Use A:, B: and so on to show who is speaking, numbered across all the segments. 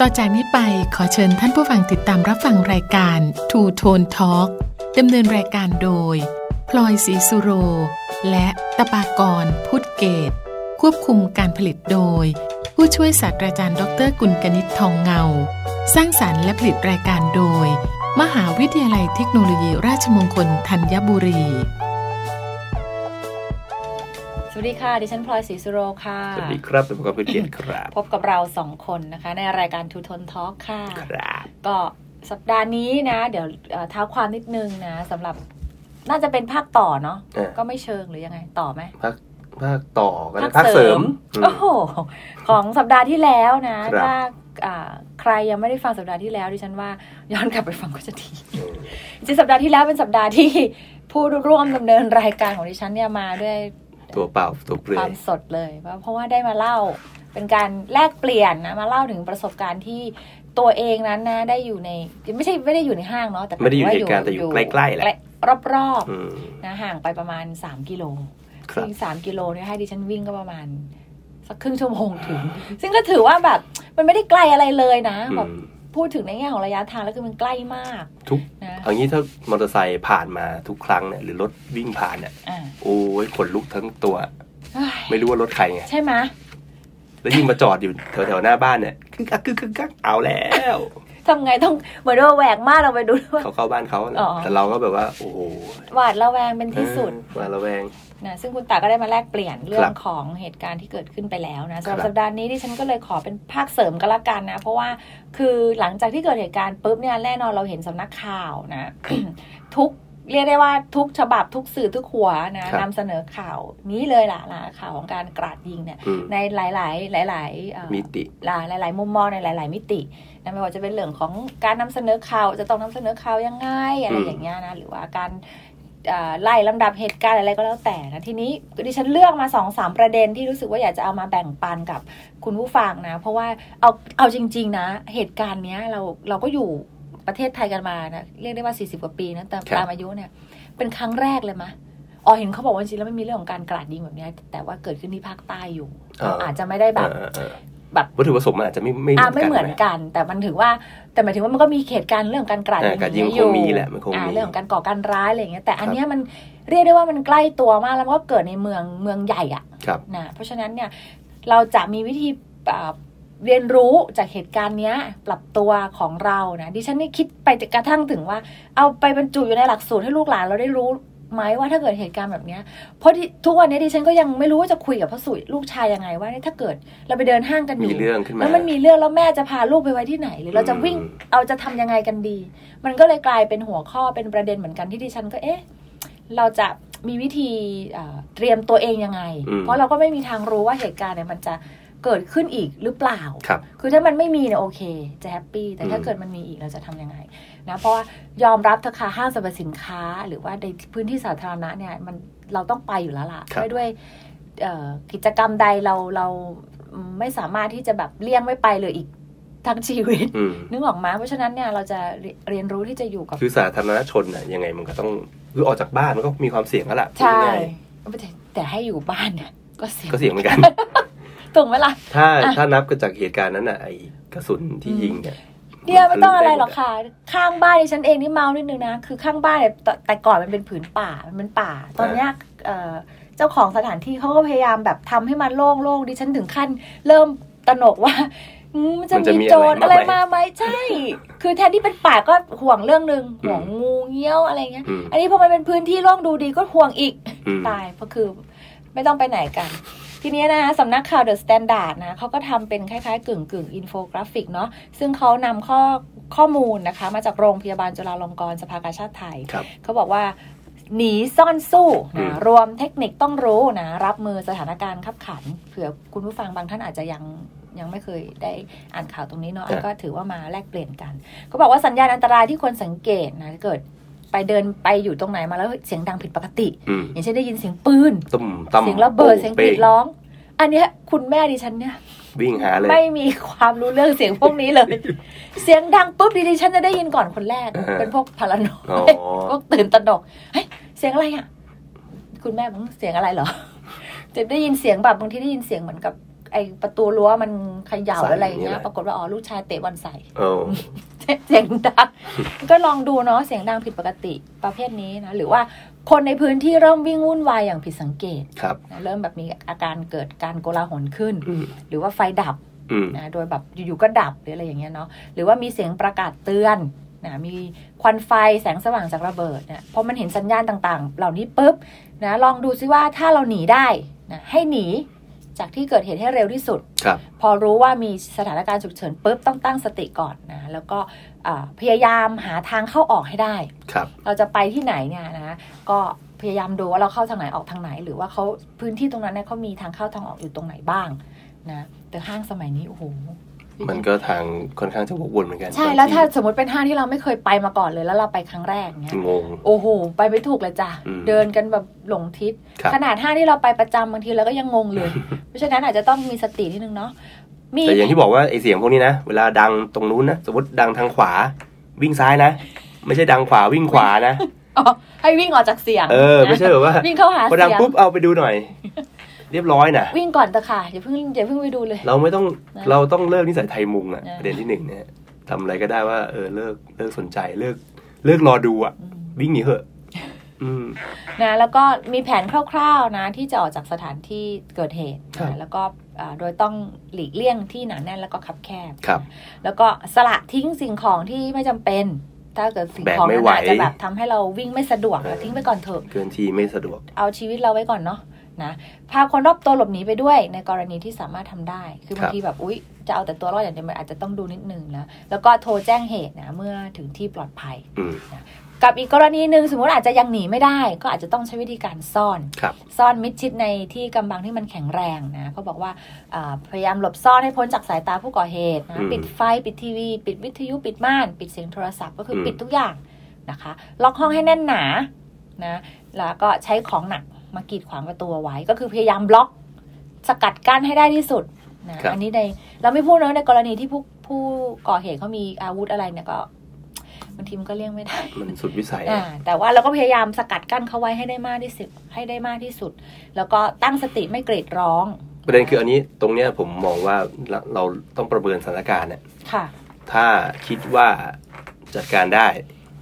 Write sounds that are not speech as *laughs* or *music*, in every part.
A: ต่อจากนี้ไปขอเชิญท่านผู้ฟังติดตามรับฟังรายการ Two Tone Talk ดำเนินรายการโดย พลอยศรีสุโร และตะปากรพุทธเกต ควบคุมการผลิตโดย ผู้ช่วยศาสตราจารย์ดรกุลกนิษฐ์ทองเงา สร้างสารรค์และผลิตรายการโดย มหาวิทยาลัยเทคโนโลยีราชมงคลธัญบุรี
B: สวัสดีค่ะ ดิฉันพลอยศรีสุโรค่ะ
C: สวัสดีครับผมกับคุณเกียรติครับ
B: พบกับเราสองคนนะคะ ในรายการทูทนทอล์กค่ะ
C: ครับ
B: ก็สัปดาห์นี้นะ เดี๋ยวเอ่อเท้าความนิดนึงนะสำหรับน่าจะเป็นภาคต่อเนาะ
C: เออ
B: ก็ไม่เชิงหรือยังไงต่อไหม
C: ภาคภาคต่อกันนะ
B: ภา
C: ภา
B: ค
C: ค
B: เส
C: เส
B: ริ
C: ริ
B: ม
C: ม
B: โอ้
C: อืม
B: โห ของสัปดาห์ที่แล้วนะ
C: ครับ
B: ถ้าอ่าใครยังไม่ได้ฟังสัปดาห์ที่แล้ว ดิฉันว่าย้อนกลับไปฟังก็จะดี จริงๆสัปดาห์ที่แล้วเป็นสัปดาห์ที่ผู้ร่วมดำเนินรายการของดิฉันเนี่ยมาด้วย
C: ตัวเปล่าตัวเปลื
B: ค
C: อ
B: วาย มสดเลยว่าเพราะว่าได้มาเล่าเป็นการแลกเปลี่ยนนะมาเล่าถึงประสบการณ์ที่ตัวเองนั้นนะได้อยู่ในไม่ใช่ไม่ได้อยู่ในห้างเนาะแต่
C: ไม่ได้อยู่ในเหตุการณ์แต่อยู่ใกล้ๆแหละ
B: รอบ
C: อืม
B: ๆนะห่างไปประมาณ 3 กิโล
C: ครั
B: ซึ่
C: บ
B: งสามกิโลเนี่ยให้ดิฉันวิ่งก็ประมาณสักครึ่งชั่วโมงถึง ซึ่งก็ถือว่าแบบมันไม่ได้ไกลอะไรเลยนะ
C: อื
B: แบบ
C: ม
B: พูดถึงในแง่ของระยะทางแล้วคือมันใกล้มาก
C: ทุก
B: นะ
C: เอางี้ถ้ามอเตอร์ไซค์ผ่านมาทุกครั้งเนี่ยหรือรถวิ่งผ่านเนี่ย
B: อ่า
C: โอ้ยขนลุกทั้งตัว
B: เฮ้ย
C: ไม่รู้ว่ารถใครไง
B: ใช่ไหมย
C: แล้วยิ่งมาจอดอยู่แถวๆหน้าบ้านเนี่ยกึกกักกึกกึกกักเอาแล้
B: *laughs*
C: ว
B: ทำไงต้องเหมือนว่าแหวกมากเราไปดูด้วย
C: เขาเข้าบ้านเขา
B: อ๋อ
C: แต่เราก็แบบว่า โอ้โห
B: หวาดระแวงเป็นที่สุด
C: เออหวาดระแวง
B: นะซึ่งคุณตาก็ได้มาแลกเปลี่ยนเรื่อ
C: ครั
B: ง
C: บ
B: ของเหตุการณ์ที่เกิดขึ้นไปแล้วนะสำหรับ
C: ครับ
B: สัปดาห์นี้ดิฉันก็เลยขอเป็นภาคเสริมก็แล้วกันนะ เพราะว่าคือหลังจากที่เกิดเหตุการณ์ปุ๊บเนี่ยแน่นอนเราเห็นสำนักข่าวนะ *coughs* ทุกเรียกได้ว่าทุกฉบับทุกสื่อทุกหัวนะนำเสนอข่าวนี้เลยล่ะล่ะข่าวของการกราดยิงเนี่ย
C: อืม
B: ในหลาย ๆ หลายๆเอ่อ
C: มิติ
B: หลายหลาย ๆ มุมมองในหลาย ๆ มิตินะไม่ว่าจะเป็นเรื่องของการนำเสนอข่าวจะต้องนำเสนอข่าวยังไงอะไร
C: อืม
B: อย่างเงี้ยนะหรือว่าการเอ่อไล่ลำดับเหตุการณ์อะไรก็แล้วแต่นะทีนี้ดิฉันเลือกมาสองสามประเด็นที่รู้สึกว่าอยากจะเอามาแบ่งปันกับคุณผู้ฟังนะ เพราะว่าเอาเอาจริง ๆ นะ เหตุการณ์เนี้ยเราเราก็อยู่ประเทศไทยกันมานะเรียกได้ว่า 40 กว่าปีนะแต่ตามอายุเนี่ยเป็นครั้งแรกเลยมะอ๋อเห็นเขาบอกว่าจริงๆแล้วไม่มีเรื่องของการกราดยิงแบบเนี้ยแต่ว่าเกิดขึ้นที่ภาคใต้อยู่
C: เอออ
B: อาจจะไม่ได้แบบ
C: เออเออเออ
B: แบบ
C: วัตถุประสงค์มันอาจจะไม่ไม่
B: อ่าไม่เหมือน
C: กัะ
B: กัน แต่มันถือว่าแต่หมายถึงว่ามันก็มีเขตการเรื่องการกราด
C: อ่ากราดยิ
B: า
C: ง
B: งเงี้
C: คงมีแหละมันคงมี
B: อ่าเรื่องของการก่อการร้ายอะไรอย่างเงี้ยแต่อันเนี้ยมันเรียกได้ว่ามันใกล้ตัวมากแล้วมันก็เกิดในเมืองเมืองใหญ่อะ
C: ครับ
B: นะเพราะฉะนั้นเนี่ยเราจะมีวิธีอ่าเรียนรู้จากเหตุการณ์เนี้ยปรับตัวของเรานะดิฉันนี่คิดไปกระทั่งถึงว่า เอาไปบรรจุอยู่ในหลักสูตรให้ลูกหลานเราได้รู้ไหมว่าถ้าเกิดเหตุการณ์แบบเนี้ยเพราะที่ทุกวันนี้ดิฉันก็ยังไม่รู้ว่าจะคุยกับพ่อสุยลูกชายยังไงว่าเนี่ยถ้าเกิดเราไปเดินห้างกันอ
C: มี
B: ยู่
C: เรื่องขึ้นมา
B: แล้วมันมีเรื่องแล้วแม่จะพาลูกไปไว้ที่ไหน หรือเราจะวิ่ง
C: อืม
B: เอาจะทำยังไงกันดี มันก็เลยกลายเป็นหัวข้อเป็นประเด็นเหมือนกันที่ดิฉันก็เอ๊ะเราจะมีวิธีเอ่อเตรียมตัวเองยังไง เพราะเราก็ไม่มีทางรู้ว่าเหตุการณ์เนี่ยมันจะเกิดขึ้นอีกหรือเปล่า
C: ครับ
B: คือถ้ามันไม่มีเนี่ยโอเค จะแฮปปี้แต่ถ้า
C: อืม
B: เกิดมันมีอีกเราจะทำยังไงนะเพราะว่ายอมรับเถอะค่ะห้างสรรพสินค้า หรือว่าในพื้นที่สาธารณะเนี่ยมันเราต้องไปอยู่แล้วล่ะ
C: ครับ
B: ไม่ด้วยเอ่อกิจกรรมใดเราเราไม่สามารถที่จะแบบเลี่ยงไม่ไปเลยอีกทั้งชีวิต
C: อืม
B: นึกออกมาเพราะฉะนั้นเนี่ยเราจะเรียเรียนรู้ที่จะอยู่กับ
C: คือสาธารณชนน่ะยังไงมันก็ต้องคือออกจากบ้านมันก็มีความเสี่ยงแล้วล่ะ
B: ใช่
C: พูดง่าย
B: แต่แต่ให้อยู่บ้านเนี่ยก็เสีย
C: ๆก็เสี่ยงเหมือนกัน
B: ตรงเวลา
C: ถ้า
B: อ่ะ
C: ถ้านับกันจากเหตุการณ์นั้นน่ะไอ้กระสุนที่ยิงเนี่ย
B: เนี่ยไม่ต้องอะไรหรอกค่ะ ข้างบ้านดิฉันเองนี่เมานิดนึงนะ คือข้างบ้านเนี่ยแต่แต่ก่อนมันเป็นผืนป่ามันเป็นป่า ตอนเนี้ยเอ่อเจ้าของสถานที่เขาก็พยายามแบบทำให้มันโล่งๆดิฉันถึงขั้นเริ่มตระหนกว่าอืมมันจะมีโจรอะไรมาไหมใช่ คือแทนที่เป็นป่าก็ห่วงเรื่องหนึ่งห่วงงูเงี้ยวอะไรเงี้ย
C: อืม
B: อันนี้พอมันเป็นพื้นที่โล่งดูดีก็ห่วงอีก
C: อืม
B: ตายเพราะคือไม่ต้องไปไหนกัน ทีเนี้ยนะสำนักข่าวเดอะสแตนดาร์ดนะเขาก็ทำเป็นคล้ายๆ กึ่งกึ่งอินโฟกราฟิกเนาะซึ่งเขานำข้อข้อมูลนะคะ มาจากโรงพยาบาลจุฬาลงกรณ์สภากาชาติไทย
C: ครับ
B: เขาบอกว่าหนีซ่อนสู้
C: อื
B: นะ
C: ม
B: รวมเทคนิคต้องรู้นะ รับมือสถานการณ์ขับขัน เผื่อคุณผู้ฟังบางท่านอาจจะยังยังไม่เคยได้อ่านข่าวตรงนี้เนาะอันก็ถือว่ามาแลกเปลี่ยนกัน เขาบอกว่าสัญญาณอันตรายที่ควรสังเกตนะเกิดไปเดินไปอยู่ตรงไหนมาแล้วเสียงดังผิดปกติ
C: อืม
B: อย่างเช่นได้ยินเสียงปืน
C: ตุ้มตั้ม
B: เสียงระเบิดเสียงกรีด
C: อ
B: ร้อง อันเนี้ยคุณแม่ดิฉันเนี่ย
C: วิ่งหาเลย
B: ไม่มีความรู้เรื่องเสียงพวกนี้เลย
C: *laughs*
B: เสียงดังปุ๊บดิฉันจะได้ยินก่อนคนแรก
C: อ่าฮะ
B: เป็นพวกพารานอ
C: อ๋อ
B: ย *laughs* พวกตื่นตระหนกเฮ้ยเสียงอะไร
C: *laughs*
B: อ่ะ คุณแม่บอกเสียงอะไรเหรอ จะได้ยินเสียงแบบบางทีได้ยินเสียงเหมือนกับ ไอประตูรั้วมันเขย่า
C: ใส่
B: อะไรอย่าง
C: อย่างเงี้
B: เงี้ย
C: ยแหละ
B: ปรากฏว่าอ๋อลูกชายเตะบอลใส่ *laughs*
C: เออ
B: เสียง
C: *laughs*
B: ดัง ก็ลองดูเนาะเสียงดังผิดปกติประเภทนี้นะหรือว่าคนในพื้นที่เริ่มวิ่งวุ่นวายอย่างผิดสังเกต
C: ครับ
B: นะเริ่มแบบมีอาการเกิดการโกลาหลขึ้น
C: อืม
B: หรือว่าไฟดับ
C: อืม
B: นะโดยแบบอยู่ๆก็ดับหรืออะไรอย่างเงี้ยเนาะหรือว่ามีเสียงประกาศเตือนนะมีควันไฟแสงสว่างจากระเบิดนะพอมันเห็นสัญญาณต่างๆ เหล่านี้ปุ๊บนะลองดูซิว่าถ้าเราหนีได้นะให้หนีจากที่เกิดเหตุให้เร็วที่สุด
C: ครับ
B: พอรู้ว่ามีสถานการณ์ฉุกเฉินปุ๊บต้องตั้งสติก่อนนะ แล้วก็อ่าพยายามหาทางเข้าออกให้ได้
C: ครับ
B: เราจะไปที่ไหนเนี่ยนะก็พยายามดูว่าเราเข้าทางไหนออกทางไหน หรือว่าเขาพื้นที่ตรงนั้นเนี่ยเขามีทางเข้าทางออกอยู่ตรงไหนบ้างนะแต่ห้างสมัยนี้โอ้โห
C: มันก็ทางค่อนข้างจะวกวนเหมือนกัน
B: ใช่แล้วถ้าสมมติเป็นห้างที่เราไม่เคยไปมาก่อนเลยแล้วเราไปครั้งแรกเนี่ย
C: งง
B: โอ้โหไปไม่ถูกเลยจ้ะ
C: อืม
B: เดินกันแบบหลงทิศ
C: ครับ
B: ขนาดห้างที่เราไปประจำบางทีเราก็ยังงง
C: *laughs*
B: เลย เพราะฉะนั้นอาจจะต้องมีสตินิดนึงเนาะมี
C: แต่อย่างที่บอกว่าไอเสียงพวกนี้นะ เวลาดังตรงนู้นนะ สมมติดังทางขวา วิ่งซ้ายนะ ไม่ใช่ดังขวาวิ่งขวานะ
B: อ๋อให้วิ่งออกจากเสียง
C: เออ ไม่ใช่แบบว่า
B: วิ่งเข้าหา
C: พอ
B: เสี
C: ดั
B: ย
C: ง
B: ง
C: ปุ๊บเอาไปดูหน่อย เรียบร้อยนะ
B: วิ่งก่อนเถอะค่ะอย่าเพิ่งอย่าเพิ่งไปดูเลย
C: เราไม่ต้อง
B: นะ
C: เราต้องเลิกนิสัยไทยมุงอะ
B: นะ
C: ประเด็นที่หนึ่งเนี่ยทำอะไรก็ได้ว่าเออเลิกเลิกสนใจเลิกเลิกรอดูอะ
B: อืม
C: วิ่งหนีเหอะ อืม
B: นะแล้วก็มีแผนคร่าวๆนะที่จะออกจากสถานที่เกิดเหตุ
C: ครับ
B: นะแล้วก็อ่าโดยต้องหลีกเลี่ยงที่หนาแน่นแล้วก็คับแคบ
C: ครับ
B: แล้วก็สละทิ้งสิ่งของที่ไม่จำเป็น ถ้าเกิดสิ่ง
C: แบก
B: ของ
C: ไม่
B: นั้น
C: ไหว
B: อาจจะแบบทำให้เราวิ่งไม่สะดวก
C: เออ
B: ทิ้งไปก่อนเถอะ
C: เคลื่อนที่ไม่สะดวก
B: เอาชีวิตเราไว้ก่อนเนาะนะพาคนรอบตัวหลบหนีไปด้วยในกรณีที่สามารถทำได้ คื
C: ครับ
B: อาง
C: บ
B: ทีแบบอุ๊ยจะเอาแต่ตัวรอดอย่างเดียวมันอาจจะต้องดูนิดนึงนะแล้วก็โทรแจ้งเหตุนะเมื่อถึงที่ปลอดภัย
C: อืม
B: กับอีกกรณีหนึ่งสมมติอาจจะยังหนีไม่ได้ ก็อาจจะต้องใช้วิธีการซ่อน
C: ครับ
B: ซ่อนมิดชิดในที่กำบังที่มันแข็งแรงนะเขาบอกว่าอ่าพยายามหลบซ่อนให้พ้นจากสายตาผู้ก่อเหตุ
C: อื
B: นะ
C: ม
B: ปิดไฟปิดทีวี ปิดวิทยุปิดม่าน ปิดเสียงโทรศัพท์ก็คืออ
C: ม
B: ปิดทุกอย่างนะคะล็อกห้องให้แน่นหนานะแล้วก็ใช้ของหนักมากีดขวางประตูเอาไว้ ก็คือพยายามบล็อกสกัดกั้นให้ได้ที่สุดนะครับ อันนี้ในเราไม่พูดเนอะในกรณีที่ผู้ผู้ก่อเหตุเขามีอาวุธอะไรเนี่ยก็บางทีมันก็เลี่ยงไม่ได้
C: มันสุดวิสัย
B: อ่า
C: อะ
B: แต่ว่าเราก็พยายามสกัดกั้นเขาไว้ให้ได้มากที่สุดให้ได้มากที่สุด แล้วก็ตั้งสติไม่เกรีดร้อง
C: ประเด็นคืออันนี้ตรงเนี้ยผมมองว่าเราเราต้องประเมินสถานการณ์เนี่ย
B: ค่ะ
C: ถ้าคิดว่าจัดการได้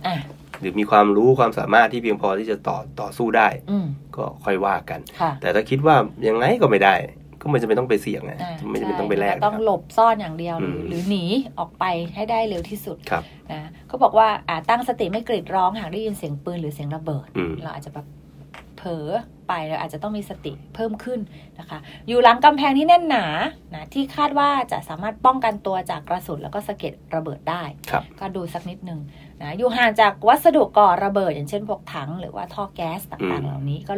B: อ่ะ
C: หรือมีความรู้ความสามารถที่เพียงพอที่จะต่อต่อสู้ได้
B: อืม
C: ก็ค่อยว่ากัน
B: ค่ะ
C: แต่ถ้าคิดว่ายังไงก็ไม่ได้ ก็ไม่จำเป็นต้องไปเสี่ยงนะ
B: อ่า
C: ไม่จำเป็น
B: ใช่
C: ต้องไปแลก
B: เรา
C: นะ
B: ต้อง
C: ครับ
B: หลบซ่อนอย่างเดียวหรือ
C: อืม
B: หรือหนีออกไปให้ได้เร็วที่สุด
C: ครับ
B: นะเขาบอกว่าอ่าตั้งสติไม่เกรีดร้องหากได้ยินเสียงปืนหรือเสียงระเบิด
C: อืม
B: เราอาจจะแบบเผลอไปเราอาจจะต้องมีสติเพิ่มขึ้นนะคะ อยู่หลังกำแพงที่แน่นหนานะที่คาดว่าจะสามารถป้องกันตัวจากกระสุนแล้วก็สะเก็ดระเบิดได้
C: ครับ
B: ก็ดูสักนิดนึงนะอยู่ห่างจากวัสดุก่อระเบิด อย่างเช่นพวกถังหรือว่าท่อแก๊ส
C: อื
B: ต่างๆ
C: ม
B: เหล่านี้ก็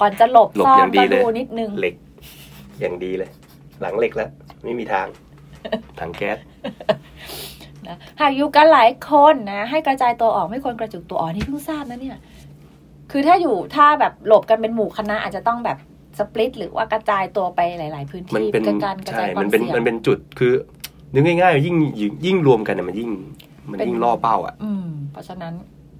B: ก่อนจะหลบ
C: หลบ
B: ซ่อ
C: อน ย่างดี
B: ก็
C: เลย
B: ดูนิดนึง
C: เหล็ก อย่างดีเลย หลังเหล็กแล้ว ไม่มีทางถังแก๊ส
B: นะหากอยู่กันหลายคนนะให้กระจายตัวออกไม่ควรกระจุกตัวอ๋อนี่เพิ่งทราบนะเนี่ยคือถ้าอยู่ถ้าแบบหลบกันเป็นหมู่คณะอาจจะต้องแบบสปลิตหรือว่ากระจายตัวไปหลาย ๆ พื้น
C: มัน
B: ที่
C: เป็น
B: เป็นการกระ
C: ใช่
B: จายความ
C: มันเป็น
B: เสี่ยง
C: มันเป็นจุดคือนึกง่ายๆยิ่งยิ่งยิ่งรวมกันเนี่ยมันยิ่ง มัน
B: เป็น
C: ยิ่งล่อเป้าอ่ะ
B: อืมเพราะฉะนั้น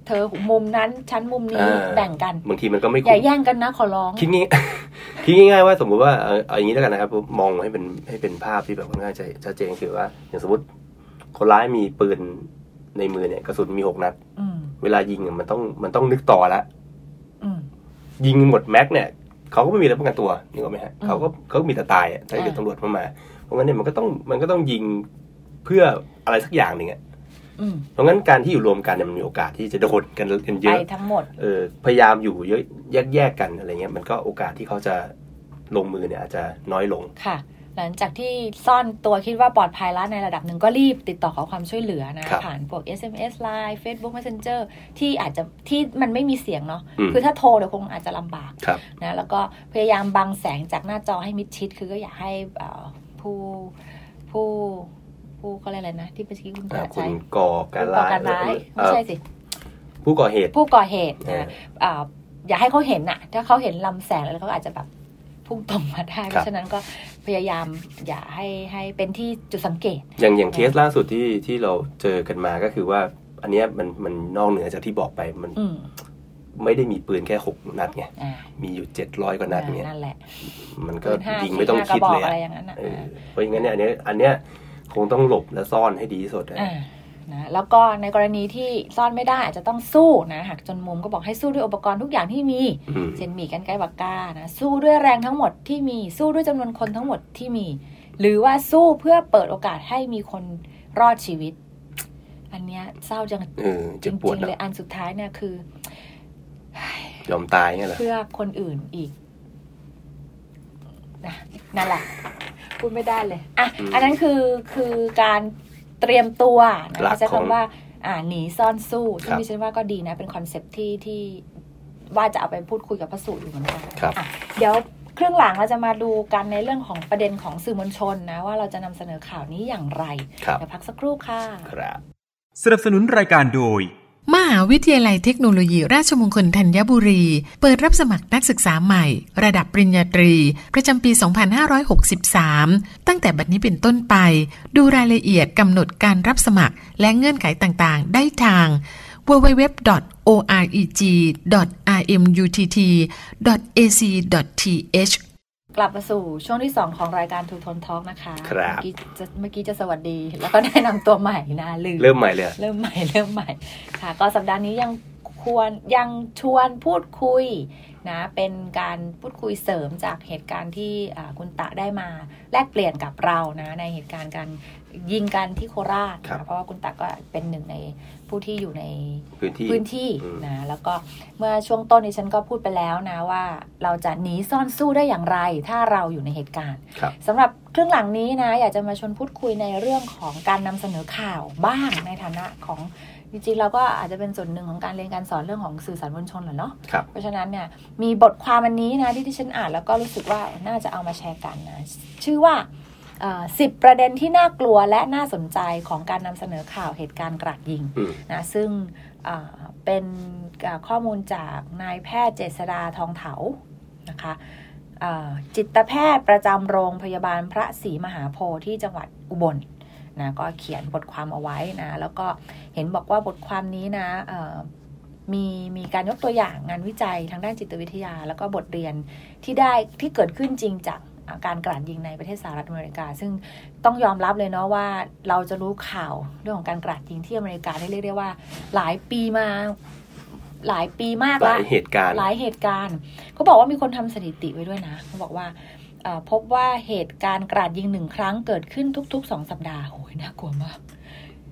B: เธอมุมนั้นชั้นมุมนี้
C: อ่า
B: แบ่งกัน
C: บางทีมันก็ไม่
B: อย่า
C: คุ้ม
B: แย่งกันนะขอร้อง
C: คิดง่าย *laughs* คิดง่ายๆว่าสมมุติว่าเอาเอาอย่างนี้แล้วกันนะครับมองให้เป็นให้เป็นภาพที่แบบค่อนข้างจะชัดเจนคือว่า อย่างสมมติคนร้ายมีปืนในมือเนี่ยกระสุนมีหกนัด
B: อืม
C: เวลายิงอะมันต้องมันต้องนึกต่อละ
B: อืม
C: ยิงหมดแม็กเนี่ยเขาก็ไม่มีอะไรป้องกันตัวนึกออกไหมฮะ
B: อืม
C: เขาก็เขาก็มีแต่ตายอะถ้าเกิด
B: อ่า
C: ตำรวจเข้ามาเพราะงั้นเนี่ยมันก็ต้องมันก็ต้องยิงเพื่ออะไรสักอย่างหนึ่งอ่ะ
B: อืม
C: เพราะงั้นการที่อยู่รวมกันเนี่ยมันมีโอกาสที่จะโดนกันกันเย
B: ไป
C: อะ
B: ทั้งหมด
C: เออพยายามอยู่เยอะแยกๆกันอะไรเงี้ยมันก็โอกาสที่เขาจะลงมือเนี่ยอาจจะน้อยลง
B: ค่ะ หลังจากที่ซ่อนตัวคิดว่าปลอดภัยแล้วในระดับหนึ่งก็รีบติดต่อขอความช่วยเหลือนะ
C: ครับ
B: ผ่านพวก SMS Line Facebook Messenger ที่อาจจะที่มันไม่มีเสียงเนาะ
C: อืม
B: คือถ้าโทรเดี๋ยวคงอาจจะลำบาก
C: ครับ
B: นะแล้วก็พยายามบังแสงจากหน้าจอให้มิดชิด คือก็อยากให้เอ่อผู้ผู้ผู้เขาเรียกอะไรนะ ที่เมื่อกี้คุณกระ
C: คุ
B: ใช้
C: ณก่อการ
B: ผู้ก่
C: ร้า
B: อย การร้าย
C: เอ่
B: ไม่
C: อ
B: ใช่สิ
C: ผู้ก่อเหตุ
B: ผู้ก่อเหตุ
C: เออ
B: นะ อ่าอย่าให้เขาเห็นน่ะ ถ้าเขาเห็นลำแสงแล้วเขาอาจจะแบบพุ่งตรงมาได้ เพ
C: ครับ
B: ราะฉะนั้นก็พยายามอย่าให้ให้เป็นที่จุดสังเกต
C: อย่างอย่างเคสล่าสุดที่ที่เราเจอกันมาก็คือว่า อันเนี้ยมันมันนอกเหนือจากที่บอกไปมัน
B: อืม
C: ไม่ได้มีปืนแค่หกนัดไง
B: อ่า
C: มีอยู่เจ็ดร้อยกว่านัดเนี่ย
B: นั่นแหละ
C: มันก็
B: ปืนห้า
C: ยิง
B: สี่
C: ไม่ต้อง
B: ห้าก
C: คิ
B: ระ
C: ด
B: บอ
C: เล
B: ก
C: ย
B: อะ
C: อะ
B: ไรอย่างนั้นอ่ะ
C: เออเพราะงั้นเนี่ยอันเนี้ยอันเนี้ยคงต้องหลบและซ่อนให้ดีที่สุดอะ
B: อ่านะแล้วก็ในกรณีที่ซ่อนไม่ได้อาจจะต้องสู้นะหักจนมุมก็บอกให้สู้ด้วยอุปกรณ์ทุกอย่างที่มี
C: อืม
B: เซนหมีกันไกลปากกานะสู้ด้วยแรงทั้งหมดที่มีสู้ด้วยจำนวนคนทั้งหมดที่มี หรือว่าสู้เพื่อเปิดโอกาสให้มีคนรอดชีวิต อันเนี้ยเศร้าจัง
C: เออ
B: จ
C: เจ็
B: ริ
C: บ
B: ง
C: ปวด
B: ๆ
C: นะ
B: เลยอันสุดท้ายเนี่ยคือ
C: ยอมตายเนี่ยเหรอ
B: เพื่อคนอื่นอีกนะนั่นแหละพูดไม่ได้เลยอ่ะอันนั้นคือคือการเตรียมตัวนะคะใช้คำว่า อ่าหนีซ่อนสู้ซึ่งดิฉันว่าก็ดีนะ เป็นคอนเซปต์ที่ที่ว่าจะเอาไปพูดคุยกับพระสูตรอยู่เหมือนกัน
C: ครับ
B: เดี๋ยวเครื่องหลังเราจะมาดูกันในเรื่องของประเด็นของสื่อมวลชนนะ ว่าเราจะนำเสนอข่าวนี้อย่างไร
C: ครับ
B: เดี๋ยวพักสักครู่ค่ะ
C: ครับ
D: สนับสนุนรายการโดย
A: มหาวิทยาลัยเทคโนโลยีราชมงคลธัญบุรี เปิดรับสมัครนักศึกษาใหม่ ระดับปริญญาตรี ประจำปี 2563 ตั้งแต่บัดนี้เป็นต้นไป ดูรายละเอียดกำหนดการรับสมัคร และเงื่อนไขต่างๆ ได้ทาง www.oreg.rmutt.ac.th
B: กลับมาสู่ช่วงที่ 2 ของรายการทูทนท a l กนะคะ
C: ครับ
B: เมื่อกี้จะเมื่อกี้จะสวัสดีแล้วก็แนะนำตัวใหม่นะลืม
C: เริ่มใหม่เลยอะ
B: เริ่มใหม่ *laughs* เริ่มใหม่ค่ะ ก็สัปดาห์นี้ยังควรยังชวนพูดคุยนะเป็นการพูดคุยเสริมจากเหตุการณ์ที่อ่าคุณตะได้มา แลกเปลี่ยนกับเรานะในเหตุการณ์การยิงกันที่โคราชนะเพราะว่าคุณตะก็เป็นหนึ่งในผู้ที่อยู่ใน
C: พื้นที่
B: พื้นที่
C: อืม
B: นะแล้วก็เมื่อช่วงต้นนี้ฉันก็พูดไปแล้วนะว่าเราจะหนีซ่อนสู้ได้อย่างไร ถ้าเราอยู่ในเหตุการณ์
C: ครับ
B: สำหรับเครื่องหลังนี้นะ อยากจะมาชวนพูดคุยในเรื่องของการนำเสนอข่าวบ้างในฐานะของจริงๆเราก็อาจจะเป็นส่วนหนึ่งของการเรียนการสอนเรื่องของสื่อสารมวลชนแหละเนาะ
C: ครับ
B: เพราะฉะนั้นเนี่ยมีบทความอันนี้นะที่ที่ฉันอ่านแล้วก็รู้สึกว่าน่าจะเอามาแชร์กันนะชื่อว่าสิบประเด็นที่น่ากลัวและน่าสนใจของการนำเสนอข่าวเหตุการณ์กราดยิง
C: อืม
B: นะซึ่งอ่าเป็นอ่าข้อมูลจากนายแพทย์เจษดาทองเถานะคะอ่าจิตแพทย์ประจำโรงพยาบาลพระศรีมหาโพธิ์ที่จังหวัดอุบลนะก็เขียนบทความเอาไว้นะแล้วก็เห็นบอกว่าบทความนี้นะเอ่อมีมีการยกตัวอย่างงานวิจัยทางด้านจิตวิทยา แล้วก็บทเรียนที่ได้ที่เกิดขึ้นจริงจากอ่าการกราดยิงในประเทศสหรัฐอเมริกา ซึ่ง ต้องยอมรับเลยเนาะว่าเราจะรู้ข่าวเรื่องของการกราดยิงที่อเมริกาได้เรียกได้ว่า หลายปีมาหลายปีมาก
C: ห
B: ละ
C: ลายเหตุการณ์
B: หลายเหตุการณ์เขาบอกว่ามีคนทำสถิติไว้ด้วยนะเขาบอกว่าเอ่อพบว่าเหตุการณ์กราดยิงหนึ่งครั้งเกิดขึ้นทุกๆสองสัปดาห์โอ้ยน่ากลัวมาก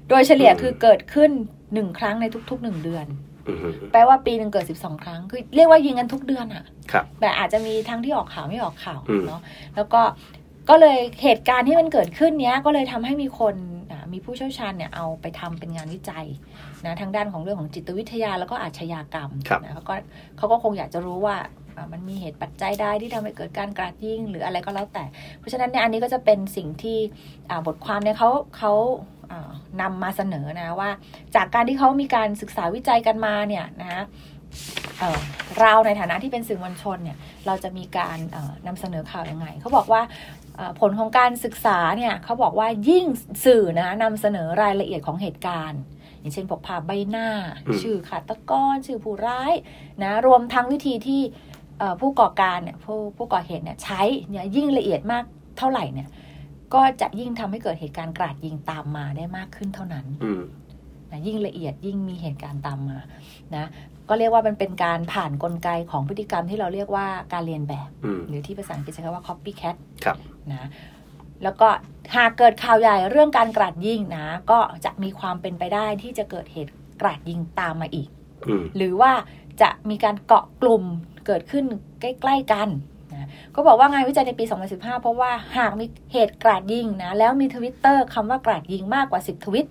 B: โดยเฉลี่ยคือเกิดขึ้นหนึ่งครั้งในทุกๆหนึ่งเดือน
C: อือฮึ
B: แปลว่าปีหนึ่งเกิด 12 ครั้ง คือเรียกว่ายิงกันทุกเดือนอะ
C: ครับ
B: แต่อาจจะมีทั้งที่ออกข่าวไม่ออกข่าว
C: อืม
B: เนาะ แล้วก็ ก็เลยเหตุการณ์ที่มันเกิดขึ้นเนี้ย ก็เลยทำให้มีคนอ่ามีผู้เชี่ยวชาญเนี่ยเอาไปทำเป็นงานวิจัยนะทางด้านของเรื่องของจิตวิทยาแล้วก็อาชญากรรม
C: ครับ
B: นะเขาก็เขาก็คงอยากจะรู้ว่าอ่ามันมีเหตุปัจจัยใดที่ทำให้เกิดการกราดยิงหรืออะไรก็แล้วแต่ เพราะฉะนั้นเนี่ยอันนี้ก็จะเป็นสิ่งที่อ่าบทความเนี่ยเขาเขาอ่านำมาเสนอนะว่า จากการที่เขามีการศึกษาวิจัยกันมาเนี่ยนะเอ่อเราในฐานะที่เป็นสื่อมวลชนเนี่ยเราจะมีการเอ่อนำเสนอข่าวยังไง เขาบอกว่าเอ่อผลของการศึกษาเนี่ยเขาบอกว่ายิ่งสื่อนะนำเสนอรายละเอียดของเหตุการณ์ อย่างเช่นพวกภาพใบหน้า
C: อืม
B: ชื่อฆาตกรชื่อผู้ร้ายนะรวมทั้งวิธีที่เอ่อผู้ก่อการเนี่ยผู้ผู้ก่อเหตุเนี่ยใช้เนี่ยยิ่งละเอียดมากเท่าไหร่เนี่ยก็จะยิ่งทำให้เกิดเหตุการณ์กราดยิงตามมาได้มากขึ้นเท่านั้น
C: อืม
B: นะยิ่งละเอียดยิ่งมีเหตุการณ์ตามมานะก็เรียกว่ามันเป็นการผ่านกลไกของพฤติกรรมที่เราเรียกว่าการเรียนแบบ
C: อืม
B: หรือที่ภาษาอังกฤษใช้คำว่า copycat
C: ครับ
B: นะแล้วก็หากเกิดข่าวใหญ่เรื่องการกราดยิงนะก็จะมีความเป็นไปได้ที่จะเกิดเหตุกราดยิงตามมาอีก
C: อืม
B: หรือว่าจะมีการเกาะกลุ่มเกิดขึ้นใกล้ ๆกันนะก็บอกว่างานวิจัยในปี 2015 เพราะว่าหากมีเหตุกราดยิงนะแล้วมีทวิตเตอร์คำว่ากราดยิงมากกว่า 10 ทวิต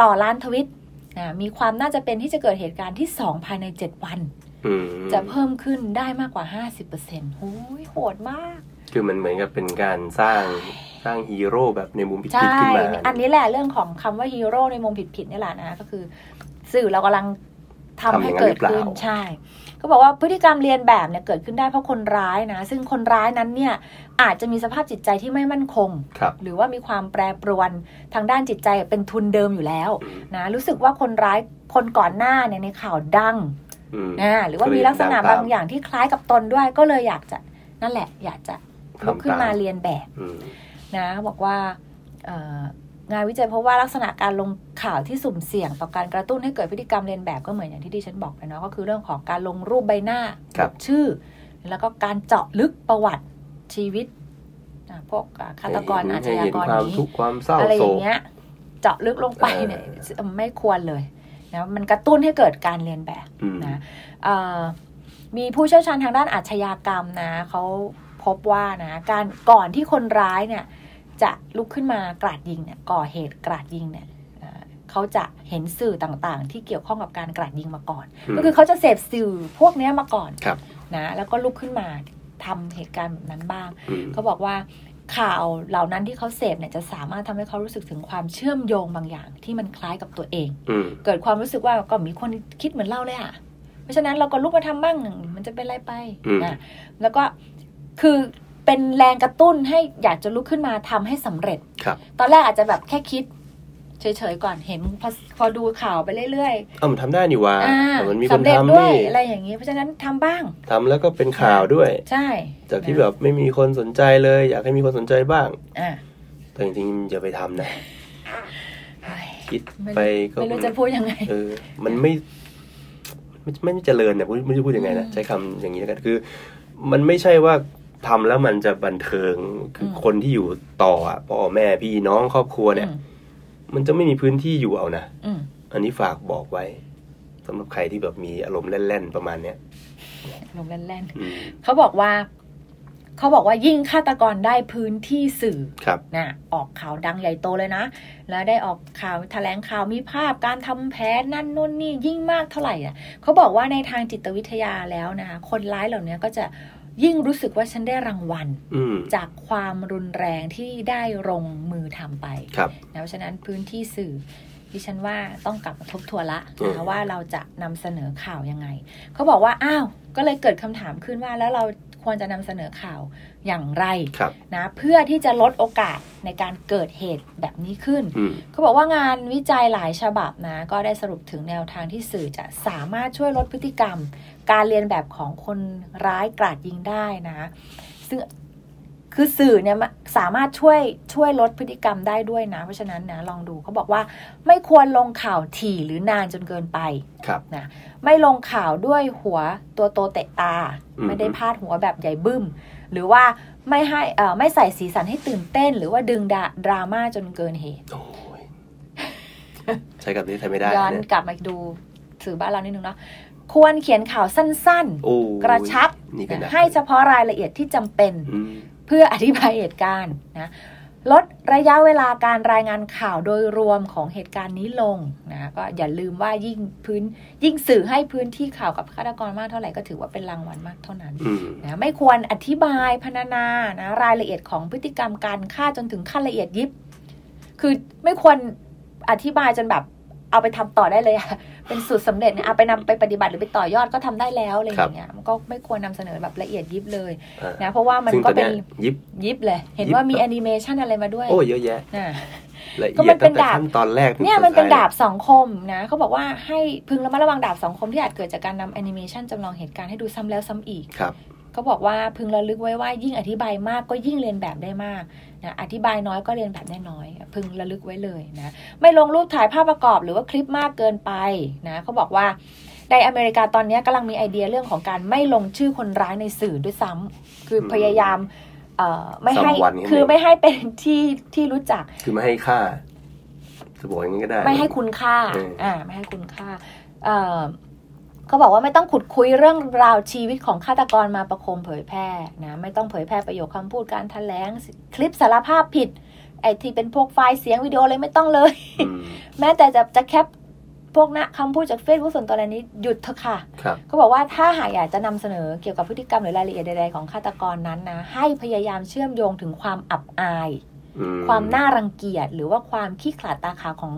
B: ต่อล้านทวิตนะมีความน่าจะเป็นที่จะเกิดเหตุการณ์ที่ 2 ภายใน 7 วัน
C: อืม
B: จะเพิ่มขึ้นได้มากกว่า 50%โอ้ยโหดมาก
C: คือมันเหมือนกับเป็นการสร้างสร้างฮีโร่แบบในมุมผิด
B: ใช่
C: ๆขึ้นมา
B: อันนี้แหละเรื่องของคำว่าฮีโร่ในมุมผิดๆนี่แหละนะก็คือ สื่อเรากำลังทำให้เกิดขึ้นใช่ ก็บอกว่าพฤติกรรมเรียนแบบเนี่ยเกิดขึ้นได้เพราะคนร้ายนะ ซึ่งคนร้ายนั้นเนี่ยอาจจะมีสภาพจิตใจที่ไม่มั่นคง
C: ครับ
B: หรือว่ามีความแปรปรวนทางด้านจิตใจเป็นทุนเดิมอยู่แล้ว
C: อืม
B: นะรู้สึกว่าคนร้ายคนก่อนหน้าเนี่ยในข่าวดัง
C: อืม
B: นะหรือว่ามีลักษณะบางอย่างที่คล้ายกับตนด้วย ก็เลยอยากจะนั่นแหละ อยากจะลุกขึ้นมา
C: ทำตาม
B: เรียนแบบ
C: อืม
B: นะบอกว่าเอ่องานวิจัยเพราะว่าลักษณะการลงข่าวที่สุ่มเสี่ยงต่อการกระตุ้นให้เกิดพฤติกรรมเลียนแบบก็เหมือนอย่างที่ดิฉันบอกไปเนาะก็คือเรื่องของการลงรูปใบหน้า
C: ครับ
B: อกชื่อ แล้วก็การเจาะลึกประวัติชีวิตนะพวกอ่าฆาตกรอาชญา
C: ให้เห็น
B: กร
C: ความ
B: นี้
C: ทุกข์ความเศร้า
B: อะไร
C: โศ
B: อย่าก งเงี้ย เจาะลึกลงไปเนี่ยไม่ควรเลยนะมันกระตุ้นให้เกิดการเรียนแบบ
C: อืม
B: นะเอ่อมีผู้เชี่ยวชาญทางด้านอาชญากรรมนะเขาพบว่านะการก่อนที่คนร้ายเนี่ยจะลุกขึ้นมากราดยิงเนี่ยก่อเหตุกราดยิงเนี่ยเอ่อเขาจะเห็นสื่อต่างๆ ที่เกี่ยวข้องกับการกราดยิงมาก่อน ก็คือเขาจะเสพสื่อพวกเนี้ยมาก่อน
C: ครับ
B: นะแล้วก็ลุกขึ้นมาทำเหตุการณ์แบบนั้นบ้าง
C: อืม
B: เขาบอกว่าข่าวเหล่านั้นที่เขาเสพเนี่ยจะสามารถทำให้เขารู้สึกถึงความเชื่อมโยงบางอย่าง ที่มันคล้ายกับตัวเอง
C: อืม
B: เกิดความรู้สึกว่าก็มีคนคิดเหมือนเราเลยอ่ะ เพราะฉะนั้นเราก็ลุกมาทำบ้างมันจะเป็นไรไป
C: อืม
B: นะแล้วก็คือเป็นแรงกระตุ้นให้อยากจะลุกขึ้นมาทำให้สำเร็จ
C: ครับ
B: ตอนแรกอาจจะแบบแค่คิด เฉยๆก่อนเห็นพอพอดูข่าวไปเรื่อย
C: เอ้ามันทำได้นี่วะ
B: ๆอ่า
C: แต่มันมีค
B: สำ
C: น
B: เร็จ
C: ทำ
B: ด้วย
C: นี่
B: อะไรอย่างนี้ เพราะฉะนั้นทำบ้าง
C: ทำแล้วก็เป็นข่าวด้วย
B: ใช่
C: จากที่
B: นะ
C: แบบไม่มีคนสนใจเลย อยากให้มีคนสนใจบ้าง
B: อ่ะ
C: แต่จริงๆอย่าไปทำนะ
B: เฮ้ย
C: คิดไปก็
B: ไม่รู้จะพูดยังไง
C: เออ มันไม่ไม่ไม่เจริญเนี่ยพูดไม่รู้จะพูดยังไงนะ
B: อืม
C: ใช้คำอย่างนี้แล้วกันคือ มันไม่ใช่ว่าทำแล้วมันจะบันเทิงคืออ
B: ม
C: คนที่อยู่ต่ออะพ่อแม่พี่น้องครอบครัวเนี่ย
B: อืม
C: มันจะไม่มีพื้นที่อยู่เอานะ
B: อืม
C: อันนี้ฝากบอกไว้สำหรับใครที่แบบมีอารมณ์เล่นๆประมาณเนี้ย
B: ลงแล่น
C: อืม
B: ๆเขาบอกว่า เขาบอกว่ายิ่งฆาตกรได้พื้นที่สื่อ
C: ครับ
B: นะออกข่าวดังใหญ่โตเลยนะ แล้วได้ออกข่าวแถลงข่าวมีภาพการทำแผนนั่นนู่นนี่ยิ่งมากเท่าไหร่อ่ะเขาบอกว่าในทางจิตวิทยาแล้วนะคะคนร้ายเหล่านี้ก็จะยิ่งรู้สึกว่าฉันได้รางวัล
C: อืม
B: จากความรุนแรงที่ได้ลงมือทำไป
C: ครับ
B: นะเพราะฉะนั้นพื้นที่สื่อดิฉันว่าต้องกลับมาทบทวนละ
C: อืม
B: นะว่าเราจะนำเสนอข่าวยังไงเขาบอกว่าอ้าวก็เลยเกิดคำถามขึ้นว่าแล้วเราควรจะนำเสนอข่าวอย่างไร
C: ครับ
B: นะเพื่อที่จะลดโอกาสในการเกิดเหตุแบบนี้ขึ้น
C: อืม
B: เขาบอกว่างานวิจัยหลายฉบับนะก็ได้สรุปถึงแนวทางที่สื่อจะสามารถช่วยลดพฤติกรรม การเรียนแบบของคนร้ายกราดยิงได้นะซึ่งคือสื่อเนี่ยมันสามารถช่วยช่วยลดพฤติกรรมได้ด้วยนะ เพราะฉะนั้นนะลองดูเขาบอกว่าไม่ควรลงข่าวถี่หรือนานจนเกินไป
C: ครับ
B: ไม่ลงข่าวด้วยหัวตัวโตเตะตา
C: อืม
B: ไม่ได้พาดหัวแบบใหญ่บึ้ม หรือว่าไม่ให้เอ่อไม่ใส่สีสันให้ตื่นเต้น หรือว่าดึงดาดราม่าจนเกินเหตุ
C: โอ้ยใช้กับนี้ใช้ไม่ได้
B: ย้อน
C: เนี่ย
B: กลับมาดูถือบ้านเรานิดนึงเนาะควรเขียนข่าวสั้น
C: โอ้ย
B: กระชับ
C: นี่ก็นัก
B: ๆ ให้เฉพาะรายละเอียดที่จำเป็น
C: อืม
B: เพื่ออธิบายเหตุการณ์นะลดระยะเวลาการรายงานข่าวโดยรวมของเหตุการณ์นี้ลงนะก็อย่าลืมว่ายิ่งพื้นยิ่งสื่อให้พื้นที่ข่าวกับฆาตกรมากเท่าไหร่ก็ถือว่าเป็นรางวัลมากเท่านั้น
C: อืม
B: นะไม่ควรอธิบายพรรณนานะรายละเอียดของพฤติกรรมการฆ่าจนถึงขั้นละเอียดยิบ คือไม่ควรอธิบายจนแบบเอาไปทำต่อได้เลยอะเป็นสูตรสำเร็จเนี่ยเอาไปนำไปปฏิบัติหรือไปต่อยอดก็ทำได้แล้วอะไรอย่างเงี้ยมันก็ไม่ควรนำเสนอแบบละเอียดยิบเลย
C: อ่า
B: นะเพราะว่ามัน
C: ซึ่งต
B: ก็
C: อน
B: เป็
C: เนี้ย
B: น
C: ยิบ
B: ยิบเลย เห็น
C: ยิบ
B: ว่ามี
C: แบบ
B: แอนิเมชันอะไรมาด้วย
C: โอ้ยเยอะแยะ
B: น่ะ
C: ละ
B: ก็
C: เอีย
B: มั
C: ด
B: นเป็
C: ตั้
B: น
C: งแต่
B: ดาบ
C: ขั้นตอนแรกถึง
B: เนี่ยมันเป็น
C: สุท้
B: ดาย บสองคมนะเขาบอกว่าให้พึงระมัดระวังดาบสองคมที่อาจเกิดจากการนำแอนิเมชันจำลองเหตุการณ์ให้ดูซ้ำแล้วซ้ำอีก
C: ครับ
B: เขาบอกว่าพึงระลึกไว้ว่ายิ่งอธิบายมากก็ยิ่งเรียนแบบได้มากนะอธิบายน้อยก็เรียนแบบได้น้อย พึงระลึกไว้เลยนะไม่ลงรูปถ่ายภาพประกอบหรือว่าคลิปมากเกินไปนะเขาบอกว่าในอเมริกาตอนนี้กำลังมีไอเดียเรื่องของการไม่ลงชื่อคนร้ายในสื่อด้วยซ้ำคือ
C: อืม
B: พยายามเอ่อไม่ให้
C: สามวันนี้
B: คือไม่ให้เป็นที่ที่รู้จัก
C: คือไม่ให้ค่าจะบอกอย่างนี้ก็ได้
B: ไม่ให้คุณค่า
C: เอออ่
B: อ่า ไม่ให้คุณค่า เอ่อเขาบอกว่าไม่ต้องขุดคุยเรื่องราวชีวิตของฆาตกรมาประโคมเผยแพร่นะ ไม่ต้องเผยแพร่ประโยคคำพูดการแถลงคลิปสารภาพผิด ไอ้ที่เป็นพวกไฟล์เสียงวิดีโอเลยไม่ต้องเลย *laughs*
C: อืม
B: แม้แต่จะจะแคปพวกนะคำพูดจากเฟซบุ๊กส่วนตัวอะไรนี้หยุดเถอะค่ะ
C: ครับ
B: เขาบอกว่าถ้าหากอยากจะนำเสนอเกี่ยวกับพฤติกรรมหรือรายละเอียดใดๆของฆาตกรนั้นนะ ให้พยายามเชื่อมโยงถึงความอับอาย
C: อื
B: ความน่ารังเกียจหรือว่าความขี้ขลาดตาขาวของ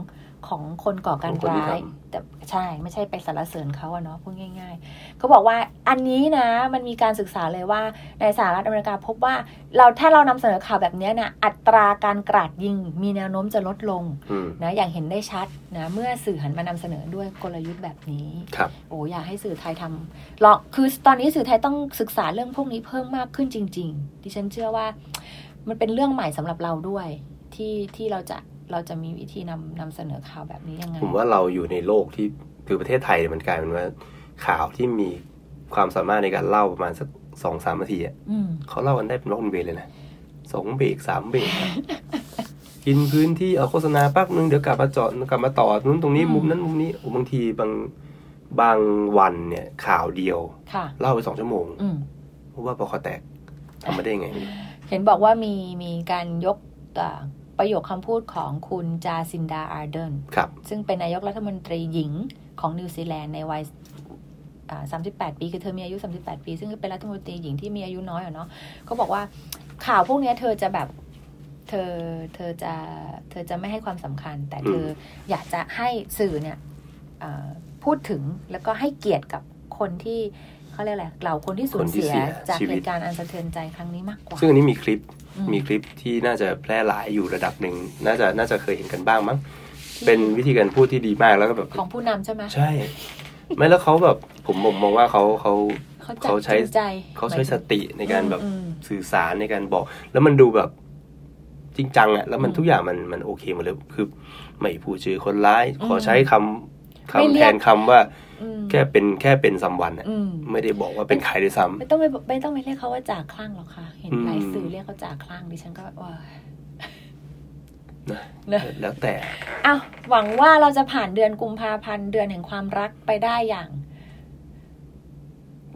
B: ของคนก่อการ
C: ของคนที่
B: ร้าย
C: ท
B: แต่ใช่ไม่ใช่ไปสรรเสริญเขาอะเนาะพูดง่าย ๆ เขาบอกว่าอันนี้นะมันมีการศึกษาเลยว่าในสหรัฐอเมริกาพบว่าเราถ้าเรานำเสนอข่าวแบบเนี้ยนะอัตราการกราดยิงมีแนวโน้มจะลดลง
C: อืม
B: นะอย่างเห็นได้ชัดนะเมื่อสื่อหันมานำเสนอด้วยกลยุทธ์แบบนี้
C: ครับ
B: โอ้อยากให้สื่อไทยทำลองคือตอนนี้สื่อไทยต้องศึกษาเรื่องพวกนี้เพิ่มมากขึ้นจริง ๆ ดิฉันเชื่อว่า มันเป็นเรื่องใหม่สำหรับเราด้วย ที่ที่เราจะเราจะมีวิธีนำนำเสนอข่าวแบบนี้ยังไง
C: ผมว่าเราอยู่ในโลกที่คือประเทศไทยเนี่ยมันกลายเป็นว่าข่าวที่มีความสามารถในการเล่าประมาณสักสองสามนาทีอะ
B: อืม
C: เขาเล่ากันได้เป็นล็อกเบรกเลยนะสองเบรกสาม
B: *laughs*
C: เบรกอะกินพื้นที่เอาโฆษณาแป๊บนึงเดี๋ยวกลับมาจอดกลับมาต่อนู้นตรงนี้มุมนั้นมุมนี้โอ้บางทีบางบางวันเนี่ยข่าวเดียว
B: ค่ะ
C: เล่าไปสองชั่วโมง
B: อืม
C: เพราะว่าพอคอแตกทำมาได้ยังไงไม่รู้
B: เห็นบอกว่ามีมีการยกอ่าประโยคคำพูดของคุณจาซินดาอาร์เดน
C: ครับ
B: ซึ่งเป็นนายกรัฐมนตรีหญิงของนิวซีแลนด์ในวัยอ่า38 ปี คือเธอมีอายุ 38 ปี ซึ่งเป็นรัฐมนตรีหญิงที่มีอายุน้อยอะเนาะเขาบอกว่าข่าวพวกเนี้ยเธอจะแบบ เธอ เธอจะ เธอจะไม่ให้ความสำคัญ แต่เธอออยากจะให้สื่อเนี่ยอ่าพูดถึงแล้วก็ให้เกียรติกับคนที่เขาเรียกอะไร เหล่าคนที่สู
C: ค
B: ญ
C: นที่
B: เสีย
C: เสีย
B: จาก
C: ชีวิ
B: เห
C: ต
B: ตุการณ์อันสะเทือนใจครั้งนี้มากกว่า
C: ซึ่งอันนี้มีคลิป
B: อื
C: มีคลิปที่น่าจะแพร่หลายอยู่ระดับหนึ่ง น่าจะน่าจะเคยเห็นกันบ้างมั้ง เป็นวิธีการพูดที่ดีมากแล้วก็แบบ
B: ของผู้นำใช่ไหม
C: ใช่ ไม่แล้วเขาแบบผมผมมองว่าเขาเขา
B: เขา
C: เขา
B: จะ
C: ใช้
B: จริงใจ
C: เขาใช้สติในการแบบ
B: อืม
C: สื่อสารในการบอก แล้วมันดูแบบจริงจังอะแล้วมัน
B: อืม
C: ทุกอย่างมันมันโอเคหมดเลยคือไม่พูดชื่อคนร้าย ขอใช้คำคำ
B: ไม่เรียก
C: แทนคำว่า
B: อืม
C: แค่เป็นแค่เป็นซัมวันอะ
B: อืม
C: ไม่ได้บอกว่าเป็นใครด้วยซ้ำ
B: ไม่ต้องไปไม่ต้องไปเรียกเขาว่าจ่าคลั่งหรอกค่ะ เห็น
C: อืม
B: หลายสื่อเรียกเขาจ่าคลั่งดิฉันก็ว่า
C: นะ
B: เนอะ
C: แล้วแต่
B: อ้าวหวังว่าเราจะผ่านเดือนกุมภาพันธ์เดือนแห่งความรักไปได้อย่าง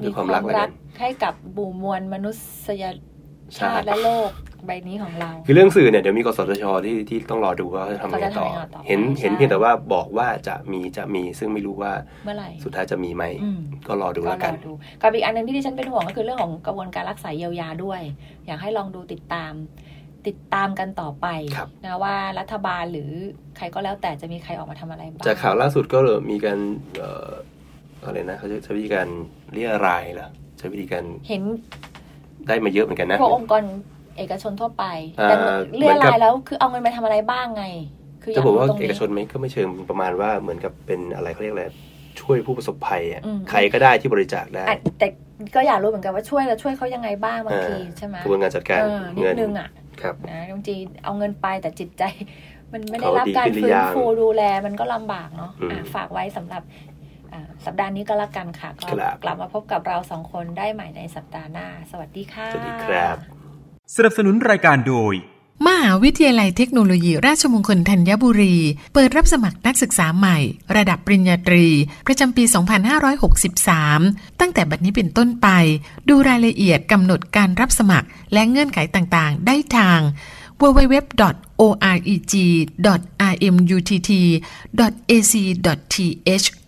C: ด้วยความรักแล้วกัน
B: ให้กับบูมวลมนุษยชาติและโลกใบนี้ของเรา
C: คือเรื่องสื่อเนี่ยเดี๋ยวมีกสทชที่ที่ต้องรอดูว่าเขาจะทำยังไงต่
B: เขาจะทำ
C: อ
B: ยังไงต่อ
C: เห็น
B: ใช่
C: เห็นเพียงแต่ว่าบอกว่าจะมีจะมีซึ่งไม่รู้ว่า
B: เมื่อไหร่
C: สุดท้ายจะมีไหม
B: อืม
C: ก็รอดูแล้วกัน
B: รอดูกับอีกอันหนึงที่ดิฉันเป็นห่วงก็คือเรื่องของกระบวนการรักษาเยียวยาด้วย อยากให้ลองดูติดตาม ติดตามกันต่อไป
C: ครับ
B: นะว่ารัฐบาลหรือใครก็แล้วแต่จะมีใครออกมาทำอะไรบ้าง
C: จากข่าวล่าสุดก็เลยมีการเอ่ออะไรนะเขาใช้วิธีการเรียรายเหรอใช้วิธีการ
B: เห็น
C: ได้มาเยอะเหมือนกันนะ
B: พวกองค์กรเอกชนทั่วไป
C: อ่า
B: แต่เรื่อ
C: เหมือนกั
B: ราย
C: บ
B: แล้วคือเอาเงินไปทำอะไรบ้างไง คืออยาก
C: จะบอก
B: รู้
C: ว่า
B: ตรง
C: เอ
B: นี้
C: กชนไหมก็ไม่เชิงประมาณว่าเหมือนกับเป็นอะไรเขาเรียกอะไรช่วยผู้ประสบภัยอ่ะ
B: อืม
C: ใครก็ได้ที่บริจาคได้
B: อ่ะแต่ก็อยากรู้เหมือนกันว่าช่วยแล้วช่วยเขายังไงบ้างบาง
C: อ่า
B: ทีใช่ไหม
C: กระบวนการจัดการ
B: เออนิด
C: เงิน
B: นึงอ่ะ
C: ครับ
B: นะบางทีเอาเงินไปแต่จิตใจ มันไม่ได้
C: เขา
B: รับ
C: ดี
B: การ
C: ขึ้นหรือ
B: ฟื้
C: ยั
B: น
C: ง
B: ฟูดูแลมันก็ลำบากเนาะ
C: อืม
B: อ่ะฝากไว้สำหรับอ่ะสัปดาห์นี้ก็แล้วกันค่ะ ก็
C: ครับ
B: กลับมาพบกับเราสองคนได้ใหม่ในสัปดาห์หน้า สวัสดีค่ะ
C: สวัสดีครับ
D: สนับสนุนรายการโดย
A: มหาวิทยาลัยเทคโนโลยีราชมงคลธัญบุรี เปิดรับสมัครนักศึกษาใหม่ ระดับปริญญาตรี ประจำปี 2563 ตั้งแต่บัดนี้เป็นต้นไป ดูรายละเอียดกำหนดการรับสมัครและเงื่อนไขต่างๆ ได้ทาง www.oreg.rmutt.ac.th